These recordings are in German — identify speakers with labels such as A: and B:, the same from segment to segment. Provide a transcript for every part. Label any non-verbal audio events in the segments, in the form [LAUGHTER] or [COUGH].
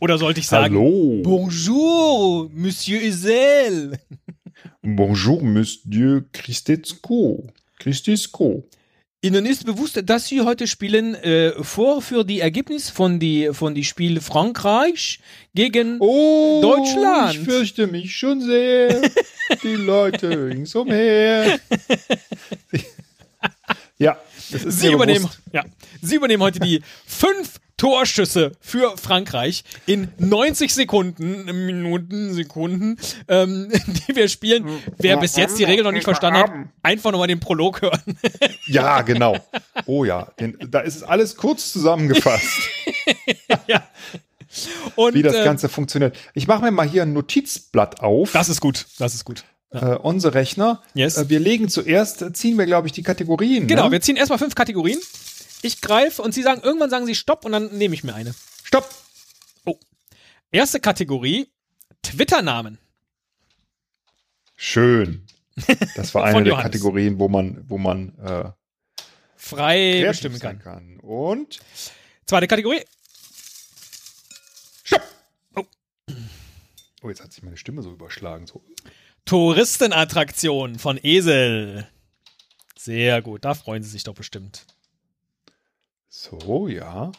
A: Oder sollte ich sagen,
B: Hallo.
A: Bonjour, Monsieur Isel.
B: Bonjour, Monsieur Christetzko. Christetzko.
A: Ihnen ist bewusst, dass Sie heute spielen äh, vor für die Ergebnis von die von die Spiel Frankreich gegen
B: Oh,
A: Deutschland.
B: ich fürchte mich
A: [LAUGHS]
B: schon sehr. Die Leute ringsumher. ja, das ist
A: Sie
B: mir
A: übernehmen,
B: bewusst.
A: ja, Sie übernehmen heute die [LAUGHS] fünf Torschüsse für Frankreich in 90 Sekunden, Minuten, Sekunden, ähm, [LAUGHS] die wir spielen. Wer bis jetzt die Regel noch nicht verstanden hat,
B: Hm.
A: einfach nochmal den Prolog hören. [LAUGHS]
B: Ja, genau. Oh ja, denn da ist alles kurz zusammengefasst,
A: [LAUGHS] Und,
B: wie das
A: äh,
B: Ganze funktioniert. Ich mache mir mal hier ein Notizblatt auf.
A: das ist gut, das ist gut.
B: äh, unser Rechner.
A: Yes.
B: Äh, wir legen zuerst, äh, ziehen wir, glaube ich, die Kategorien.
A: Genau,
B: Ne?
A: wir ziehen erstmal fünf Kategorien. Ich greife und Sie sagen, irgendwann sagen Sie Stopp und dann nehme ich mir eine.
B: Stopp.
A: Erste Kategorie, Twitter-Namen.
B: Schön. Das
A: [LAUGHS]
B: war
A: Von
B: eine der
A: Johannes.
B: Kategorien, wo man, wo man äh,
A: Frei
B: kreativ
A: bestimmen
B: sein
A: kann.
B: kann. Und
A: Zweite Kategorie,
B: Stopp. Oh. oh, jetzt hat sich meine Stimme so überschlagen. So.
A: Touristenattraktion von Esel. Sehr gut, da freuen Sie sich doch bestimmt.
B: So, ja.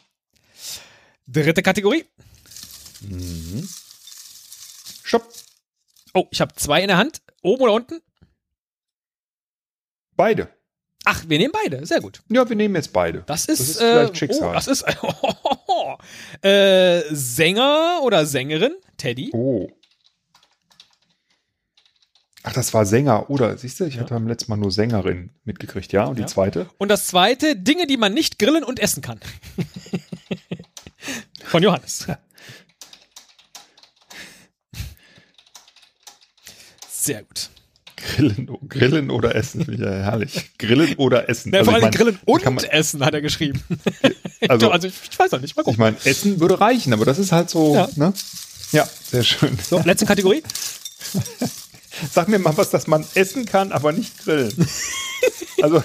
A: Dritte Kategorie.
B: Mhm. Stopp.
A: Oh, ich habe zwei in der Hand. Oben oder unten?
B: Beide.
A: Ach, wir nehmen beide. Sehr gut.
B: Ja, wir nehmen jetzt beide.
A: Das ist,
B: Das ist
A: äh,
B: vielleicht Schicksal.
A: Oh, das ist [LAUGHS] äh, Sänger oder Sängerin Teddy.
B: Oh. Ach, das war Sänger, oder? Siehst du, ich hatte beim letzten Mal nur Sängerin mitgekriegt, ja? Und die
A: Ja.
B: zweite?
A: Und das zweite, Dinge, die man nicht grillen und essen
B: [LAUGHS]
A: kann. Von Johannes. Sehr
B: Also
A: gut.
B: Grillen, oh, grillen oder Essen, finde ich
A: [LAUGHS]
B: ja herrlich. Grillen oder Essen.
A: Na, vor
B: Also ich
A: allem
B: mein,
A: Grillen
B: da
A: und
B: kann man,
A: Essen hat er geschrieben.
B: also,
A: also ich, ich weiß noch nicht. Mal
B: ich
A: gucken.
B: meine, Essen würde reichen, aber das ist halt so,
A: Ja.
B: ne? Ja, sehr schön. [LAUGHS]
A: So, letzte Kategorie.
B: Sag mir mal was, dass man essen kann, aber
A: [LAUGHS]
B: nicht grillen. Also,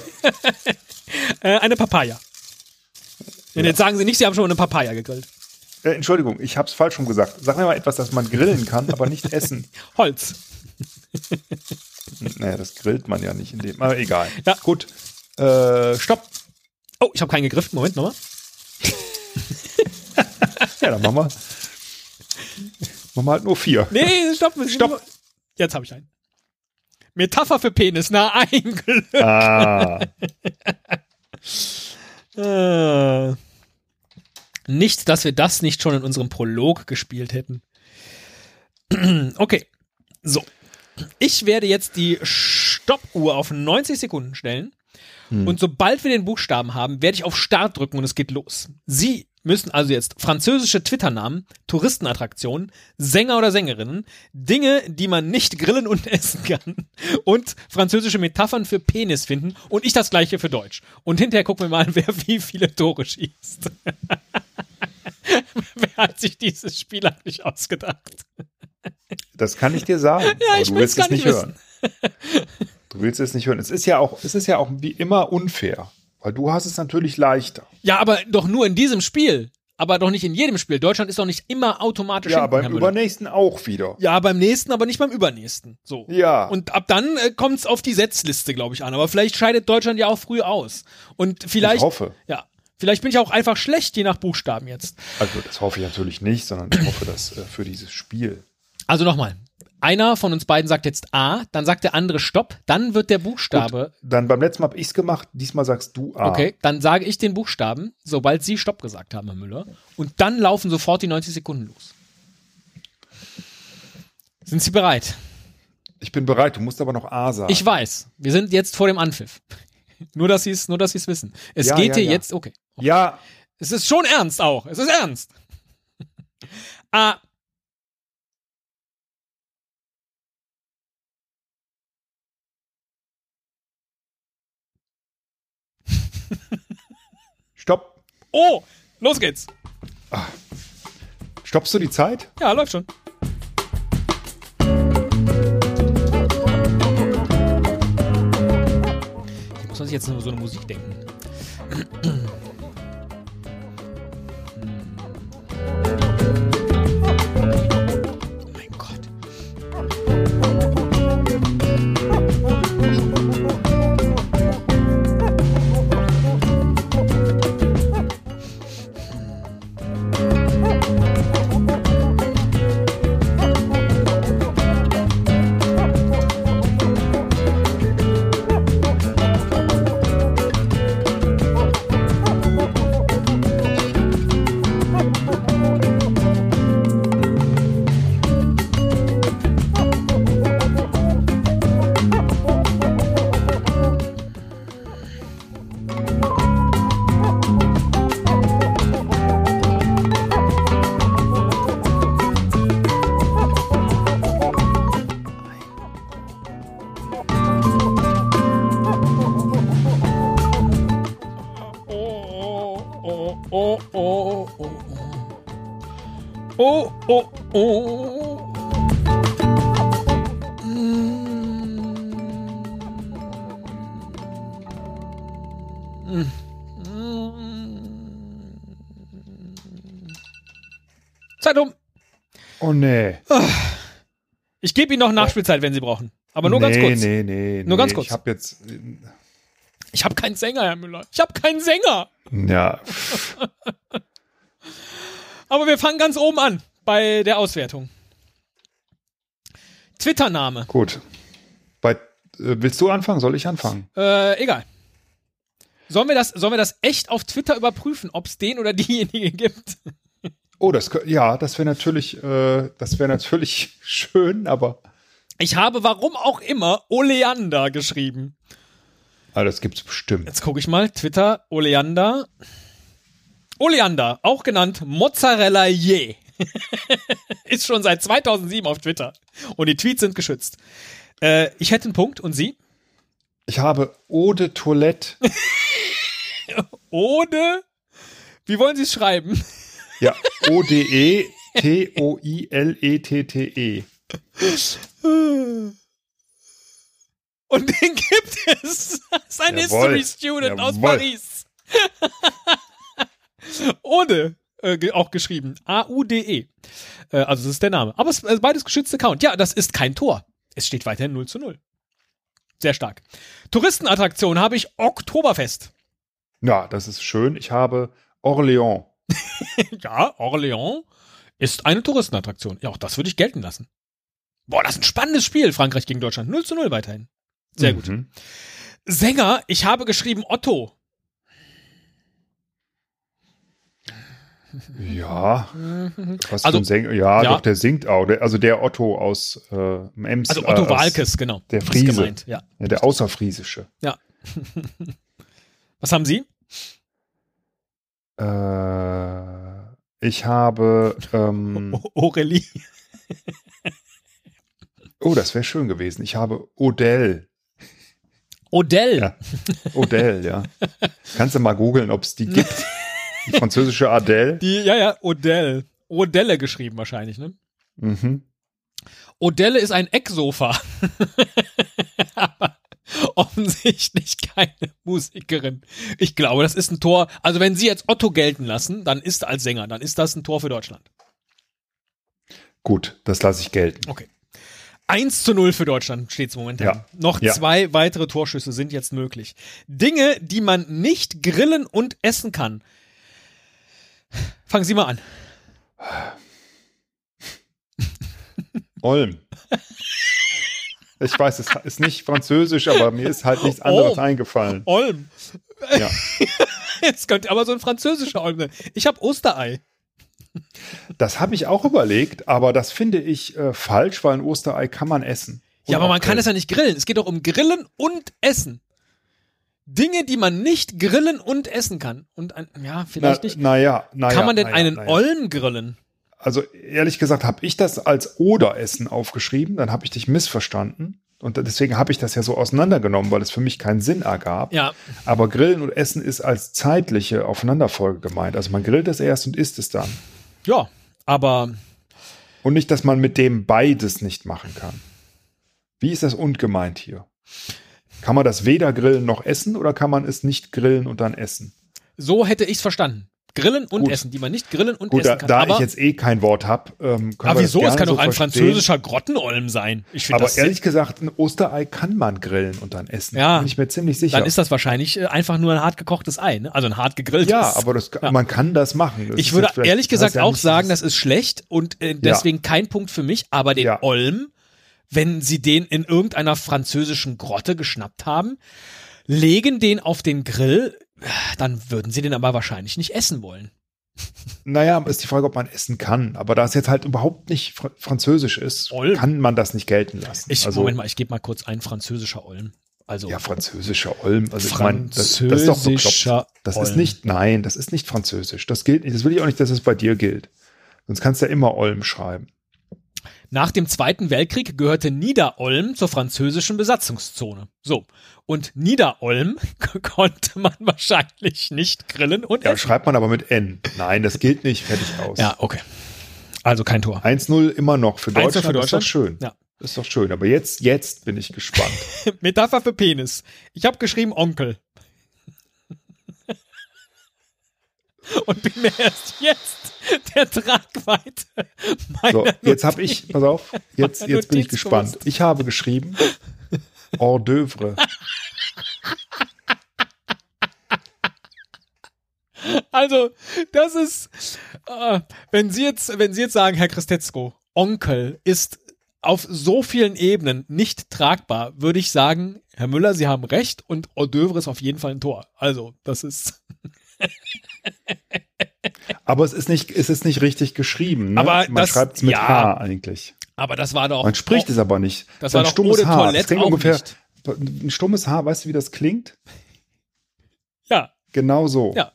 A: Äh, eine Papaya. Und jetzt sagen Sie nicht, Sie haben schon eine Papaya gegrillt.
B: äh, Entschuldigung, ich habe es falsch rum gesagt. Sag mir mal etwas, dass man grillen kann, aber nicht essen. Hm,
A: Holz.
B: Naja, das grillt man ja nicht in dem. Aber egal.
A: Ja.
B: Gut. Äh, stopp.
A: Oh, ich habe keinen gegriffen. Moment nochmal.
B: Ja, dann machen wir. Machen wir halt nur vier.
A: Nee, stopp.
B: Stopp.
A: Jetzt habe ich einen. Metapher für Penis. Na, [LAUGHS] ein Glück.
B: Ah,
A: Äh. Nicht, dass wir das nicht schon in unserem Prolog gespielt hätten. [CLEARS THROAT] Okay. So. Ich werde jetzt die Stoppuhr auf 90 Sekunden stellen. Und sobald wir den Buchstaben haben, werde ich auf Start drücken und es geht los. Sie müssen also jetzt französische Twitter-Namen, Touristenattraktionen, Sänger oder Sängerinnen, Dinge, die man nicht grillen und [LAUGHS] essen kann und französische Metaphern für Penis finden und ich das gleiche für Deutsch. Und hinterher gucken wir mal [LAUGHS] an, wer wie viele Tore schießt. [LAUGHS] wer hat sich dieses Spiel eigentlich ausgedacht?
B: [LAUGHS] das kann ich dir sagen. Ja,
A: ich
B: du
A: will's
B: willst
A: gar
B: es nicht
A: nicht
B: hören.
A: [LAUGHS]
B: Du willst es nicht hören. Es ist ja auch, es ist ja auch wie immer unfair, weil du hast es natürlich leichter.
A: Ja, aber doch nur in diesem Spiel. Aber doch nicht in jedem Spiel. Deutschland ist doch nicht immer automatisch
B: Ja,
A: hinten, Herr
B: beim
A: Müller.
B: übernächsten auch wieder.
A: Ja, beim nächsten, aber nicht beim übernächsten. So.
B: Ja.
A: Und ab dann äh, kommt's auf die Setzliste, glaube ich, an. Aber vielleicht scheidet Deutschland ja auch früh aus. Und vielleicht.
B: Ich hoffe.
A: Ja. Vielleicht bin ich auch einfach schlecht, je nach Buchstaben jetzt.
B: Also das hoffe ich natürlich nicht, sondern ich hoffe, dass äh, für dieses Spiel.
A: Also nochmal. Einer von uns beiden sagt jetzt A, dann sagt der andere Stopp, dann wird der Buchstabe.
B: Dann beim letzten Mal habe ich es gemacht, diesmal sagst du A.
A: Okay, dann sage ich den Buchstaben, sobald Sie Stopp gesagt haben, Herr Müller. Und dann laufen sofort die 90 Sekunden los. Sind Sie bereit?
B: Ich bin bereit, du musst aber noch A sagen.
A: Ich weiß. Wir sind jetzt vor dem Anpfiff. [LAUGHS] Nur, dass Sie es, nur, dass Sie es wissen. Es
B: Ja,
A: geht
B: ja,
A: dir
B: ja.
A: jetzt, okay.
B: ja,
A: Es ist schon ernst auch. Es ist ernst. [LAUGHS] Ah, A.
B: stopp.
A: Oh, los geht's.
B: Stoppst du die Zeit?
A: Ja, läuft schon. Hier muss man sich jetzt nur so eine Musik denken. [CLEARS THROAT] Hm. Oh oh, oh. Mm. Mm. Zeit um.
B: Oh nee.
A: Ah, Ich gebe Ihnen noch Nachspielzeit, wenn Sie brauchen. Aber nur
B: nee,
A: ganz kurz.
B: Nee, nee,
A: Nur
B: nee.
A: ganz kurz.
B: Ich habe jetzt. äh,
A: Ich habe keinen Sänger, Herr Müller. Ich habe keinen Sänger.
B: Ja, [LAUGHS]
A: Aber wir fangen ganz oben an bei der Auswertung. Twitter-Name.
B: gut. Bei, äh, willst du anfangen? Soll ich anfangen?
A: Äh, egal. Sollen wir, das, sollen wir das echt auf Twitter überprüfen, ob es den oder diejenige [LAUGHS] gibt?
B: Oh, das kö- ja, das wäre natürlich, äh, das wäre natürlich [LAUGHS] schön, aber
A: Ich habe warum auch immer Oleander geschrieben.
B: ah, das gibt's bestimmt.
A: Jetzt gucke ich mal. Twitter, Oleander. Oleander, auch genannt Mozzarella Je. [LAUGHS] Ist schon seit 2007 auf Twitter. Und die Tweets sind geschützt. Äh, ich hätte einen Punkt und Sie?
B: Ich habe Ode Toilette.
A: Ode. Wie wollen Sie es schreiben?
B: Ja, O D E T O I L E T T E.
A: Und den gibt es. Das ist ein
B: Jawohl.
A: History Student aus
B: Jawohl.
A: Paris. [LAUGHS] Ode. Äh, ge- auch geschrieben. A-U-D-E. Äh, also, das ist der Name. Aber es ist beides geschützte Account. Ja, das ist kein Tor. Es steht weiterhin 0 zu 0. Sehr stark. Touristenattraktion habe ich Oktoberfest.
B: Na, das ist schön. Ich habe Orléans.
A: Ja, Orléans ist eine Touristenattraktion. Ja, auch das würde ich gelten lassen. Boah, das ist ein spannendes Spiel, Frankreich gegen Deutschland. 0 zu 0 weiterhin. Sehr gut.
B: Mhm.
A: Sänger, ich habe geschrieben Otto.
B: Ja, was
A: Also-
B: also, Sänger? Ja,
A: Ja.
B: doch, der singt auch. Der, also der Otto aus äh, dem Ems.
A: Also Otto
B: äh, aus-
A: Walkes, genau.
B: der
A: Ist
B: Friese.
A: gemeint, Ja.
B: Ja, der Außerfriesische.
A: Was haben Sie? [LAUGHS]
B: Äh, ich habe.
A: [LAUGHS]
B: Ähm,
A: O- Aurelie.
B: oh, das wäre schön gewesen. Ich habe Odell.
A: Odell.
B: Ja. Odell, ja. Kannst du mal googeln, ob es
A: [LAUGHS]
B: die gibt? Die französische Adele.
A: Die, ja, ja, Odell. Odelle geschrieben wahrscheinlich, ne?
B: Mhm.
A: Odelle ist ein Ecksofa. [LAUGHS] Aber offensichtlich keine Musikerin. Ich glaube, das ist ein Tor. Also wenn Sie jetzt Otto gelten lassen, dann ist als Sänger, dann ist das ein Tor für Deutschland.
B: Gut, das lasse ich gelten.
A: 1 zu 0 für Deutschland steht es momentan.
B: Ja.
A: Noch
B: Ja.
A: zwei weitere Torschüsse sind jetzt möglich. Dinge, die man nicht grillen und essen kann. Fangen Sie mal an.
B: Olm. Ich weiß, es ist nicht französisch, aber mir ist halt nichts anderes
A: Olm.
B: eingefallen.
A: Olm.
B: Ja.
A: [LAUGHS] Jetzt könnte aber so ein französischer Olm sein. Ich habe Osterei.
B: Das habe ich auch überlegt, aber das finde ich äh, falsch, weil ein Osterei kann man essen.
A: Ja, aber man kann es
B: ja.
A: ja nicht grillen. Es geht doch um Grillen und Essen. Dinge, die man nicht grillen und essen kann. Und ein, ja,
B: Na,
A: vielleicht nicht.
B: naja, naja.
A: kann man denn
B: naja,
A: einen
B: naja.
A: Olm grillen?
B: Also ehrlich gesagt habe ich das als Oder-Essen aufgeschrieben, dann habe ich dich missverstanden. Und deswegen habe ich das ja so auseinandergenommen, weil es für mich keinen Sinn ergab.
A: Ja,
B: Aber Grillen und Essen ist als zeitliche Aufeinanderfolge gemeint. Also man grillt es erst und isst es dann.
A: ja. Aber
B: Und nicht, dass man mit dem beides nicht machen kann. Wie ist das und gemeint hier? Kann man das weder grillen noch essen oder kann man es nicht grillen und dann essen?
A: So hätte ich's verstanden. Grillen und
B: Gut.
A: Essen, die man nicht grillen und
B: Gut, da,
A: essen kann.
B: da
A: aber
B: ich jetzt eh kein Wort habe, ähm, können
A: aber
B: wir
A: wieso?
B: Das
A: Es kann doch
B: gerne so
A: ein
B: verstehen.
A: französischer Grottenolm sein. Ich finde
B: Aber
A: das.
B: ehrlich gesagt, ein Osterei kann man grillen und dann essen.
A: Ja.
B: Bin ich mir ziemlich sicher.
A: dann ist das wahrscheinlich äh, einfach nur ein hart gekochtes Ei, ne? also ein hart gegrilltes.
B: ja, aber das,
A: Ja.
B: man kann das machen. Das
A: ich
B: ist
A: würde
B: jetzt vielleicht-
A: ehrlich
B: das
A: gesagt
B: heißt ja
A: auch
B: nicht,
A: sagen,
B: dass-
A: das ist schlecht und äh, deswegen kein Punkt für mich. Aber den
B: Ja.
A: Olm, wenn sie den in irgendeiner französischen Grotte geschnappt haben, legen den auf den Grill, dann würden sie den aber wahrscheinlich nicht essen wollen.
B: Naja, ist die Frage, ob man essen kann. Aber da es jetzt halt überhaupt nicht fr französisch ist,
A: Olm.
B: kann man das nicht gelten lassen.
A: Ich,
B: also,
A: Moment mal, ich gebe mal kurz ein französischer Olm. Also
B: Ja, französischer Olm. Also ich meine, das, das ist doch
A: Französischer
B: bekloppt. Das
A: Olm.
B: ist nicht, nein, das ist nicht französisch. Das gilt nicht. Das will ich auch nicht, dass es bei dir gilt. Sonst kannst du ja immer Olm schreiben.
A: Nach dem Zweiten Weltkrieg gehörte Niederolm zur französischen Besatzungszone. So. Und Niederolm [LAUGHS] konnte man wahrscheinlich nicht grillen und
B: Ja,
A: essen.
B: schreibt man aber mit N. Nein, das gilt nicht. Fertig aus.
A: Ja, okay. Also kein
B: [LAUGHS]
A: Tor.
B: 1-0 immer noch für
A: 1-0
B: Deutschland.
A: für
B: Ist doch
A: Deutschland?
B: schön.
A: Ja.
B: Ist doch schön. Aber jetzt, jetzt bin ich gespannt.
A: [LAUGHS] Metapher für Penis. Ich habe geschrieben Onkel. [LAUGHS] Und bin mir erst jetzt der Tragweite
B: So,
A: meiner
B: jetzt habe ich, pass auf, jetzt,
A: Meine
B: jetzt bin ich
A: Notiz
B: gespannt.
A: bewusst.
B: Ich habe geschrieben, hors d'oeuvre.
A: Also, das ist, äh, wenn Sie jetzt, wenn Sie jetzt sagen, Herr Christetzko, Onkel ist auf so vielen Ebenen nicht tragbar, würde ich sagen, Herr Müller, Sie haben recht und Hors d'oeuvre ist auf jeden Fall ein Tor. Also, das ist. [LAUGHS]
B: Aber es ist nicht, es ist nicht richtig geschrieben. Ne?
A: Aber
B: Man
A: das-
B: schreibt es mit
A: ja.
B: H eigentlich.
A: Aber das war doch.
B: Man spricht
A: oh,
B: es aber nicht.
A: Das
B: Es ist ein
A: war doch
B: stummes
A: ohne
B: H. Das
A: Toilette
B: klingt
A: auch
B: ungefähr,
A: nicht.
B: Ein stummes H, weißt du, wie das klingt?
A: Ja.
B: Genau so.
A: Ja.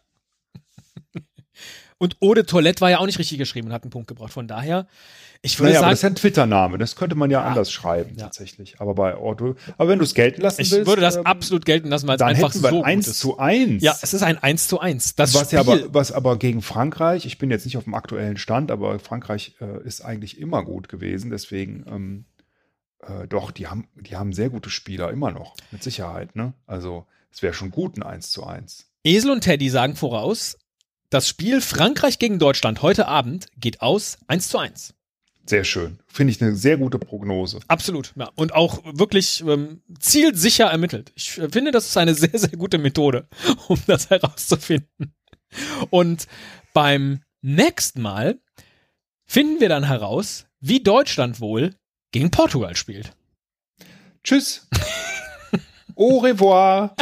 A: Und Ode Toilette war ja auch nicht richtig geschrieben und hat einen Punkt gebracht. Von daher, ich würde
B: Naja, aber das ist ja
A: sagen,
B: ein Twitter-Name. Das könnte man ja, anders schreiben,
A: Ja.
B: tatsächlich. Aber bei Ordo, aber wenn du es gelten lassen
A: ich
B: willst,
A: würde das
B: ähm,
A: absolut gelten lassen, weil es
B: dann
A: einfach
B: hätten wir
A: so
B: ein 1
A: gut ist.
B: zu 1.
A: ja, es ist ein 1 zu 1. Das
B: Was
A: Spiel
B: ja aber, was aber gegen Frankreich, ich bin jetzt nicht auf dem aktuellen Stand, aber Frankreich äh, ist eigentlich immer gut gewesen, deswegen ähm, äh, doch, die haben, die haben sehr gute Spieler immer noch, mit Sicherheit, ne? Also es wäre schon gut ein 1 zu 1.
A: Esel und Teddy sagen voraus, das Spiel Frankreich gegen Deutschland heute Abend geht aus 1 zu 1.
B: Sehr schön. Finde ich eine sehr gute Prognose.
A: Absolut, ja. Und auch wirklich ähm, zielsicher ermittelt. Ich äh, finde, das ist eine [LAUGHS] sehr, sehr gute Methode, [LAUGHS] um das herauszufinden. Und beim nächsten Mal finden wir dann heraus, wie Deutschland wohl gegen Portugal spielt.
B: Tschüss. Au revoir.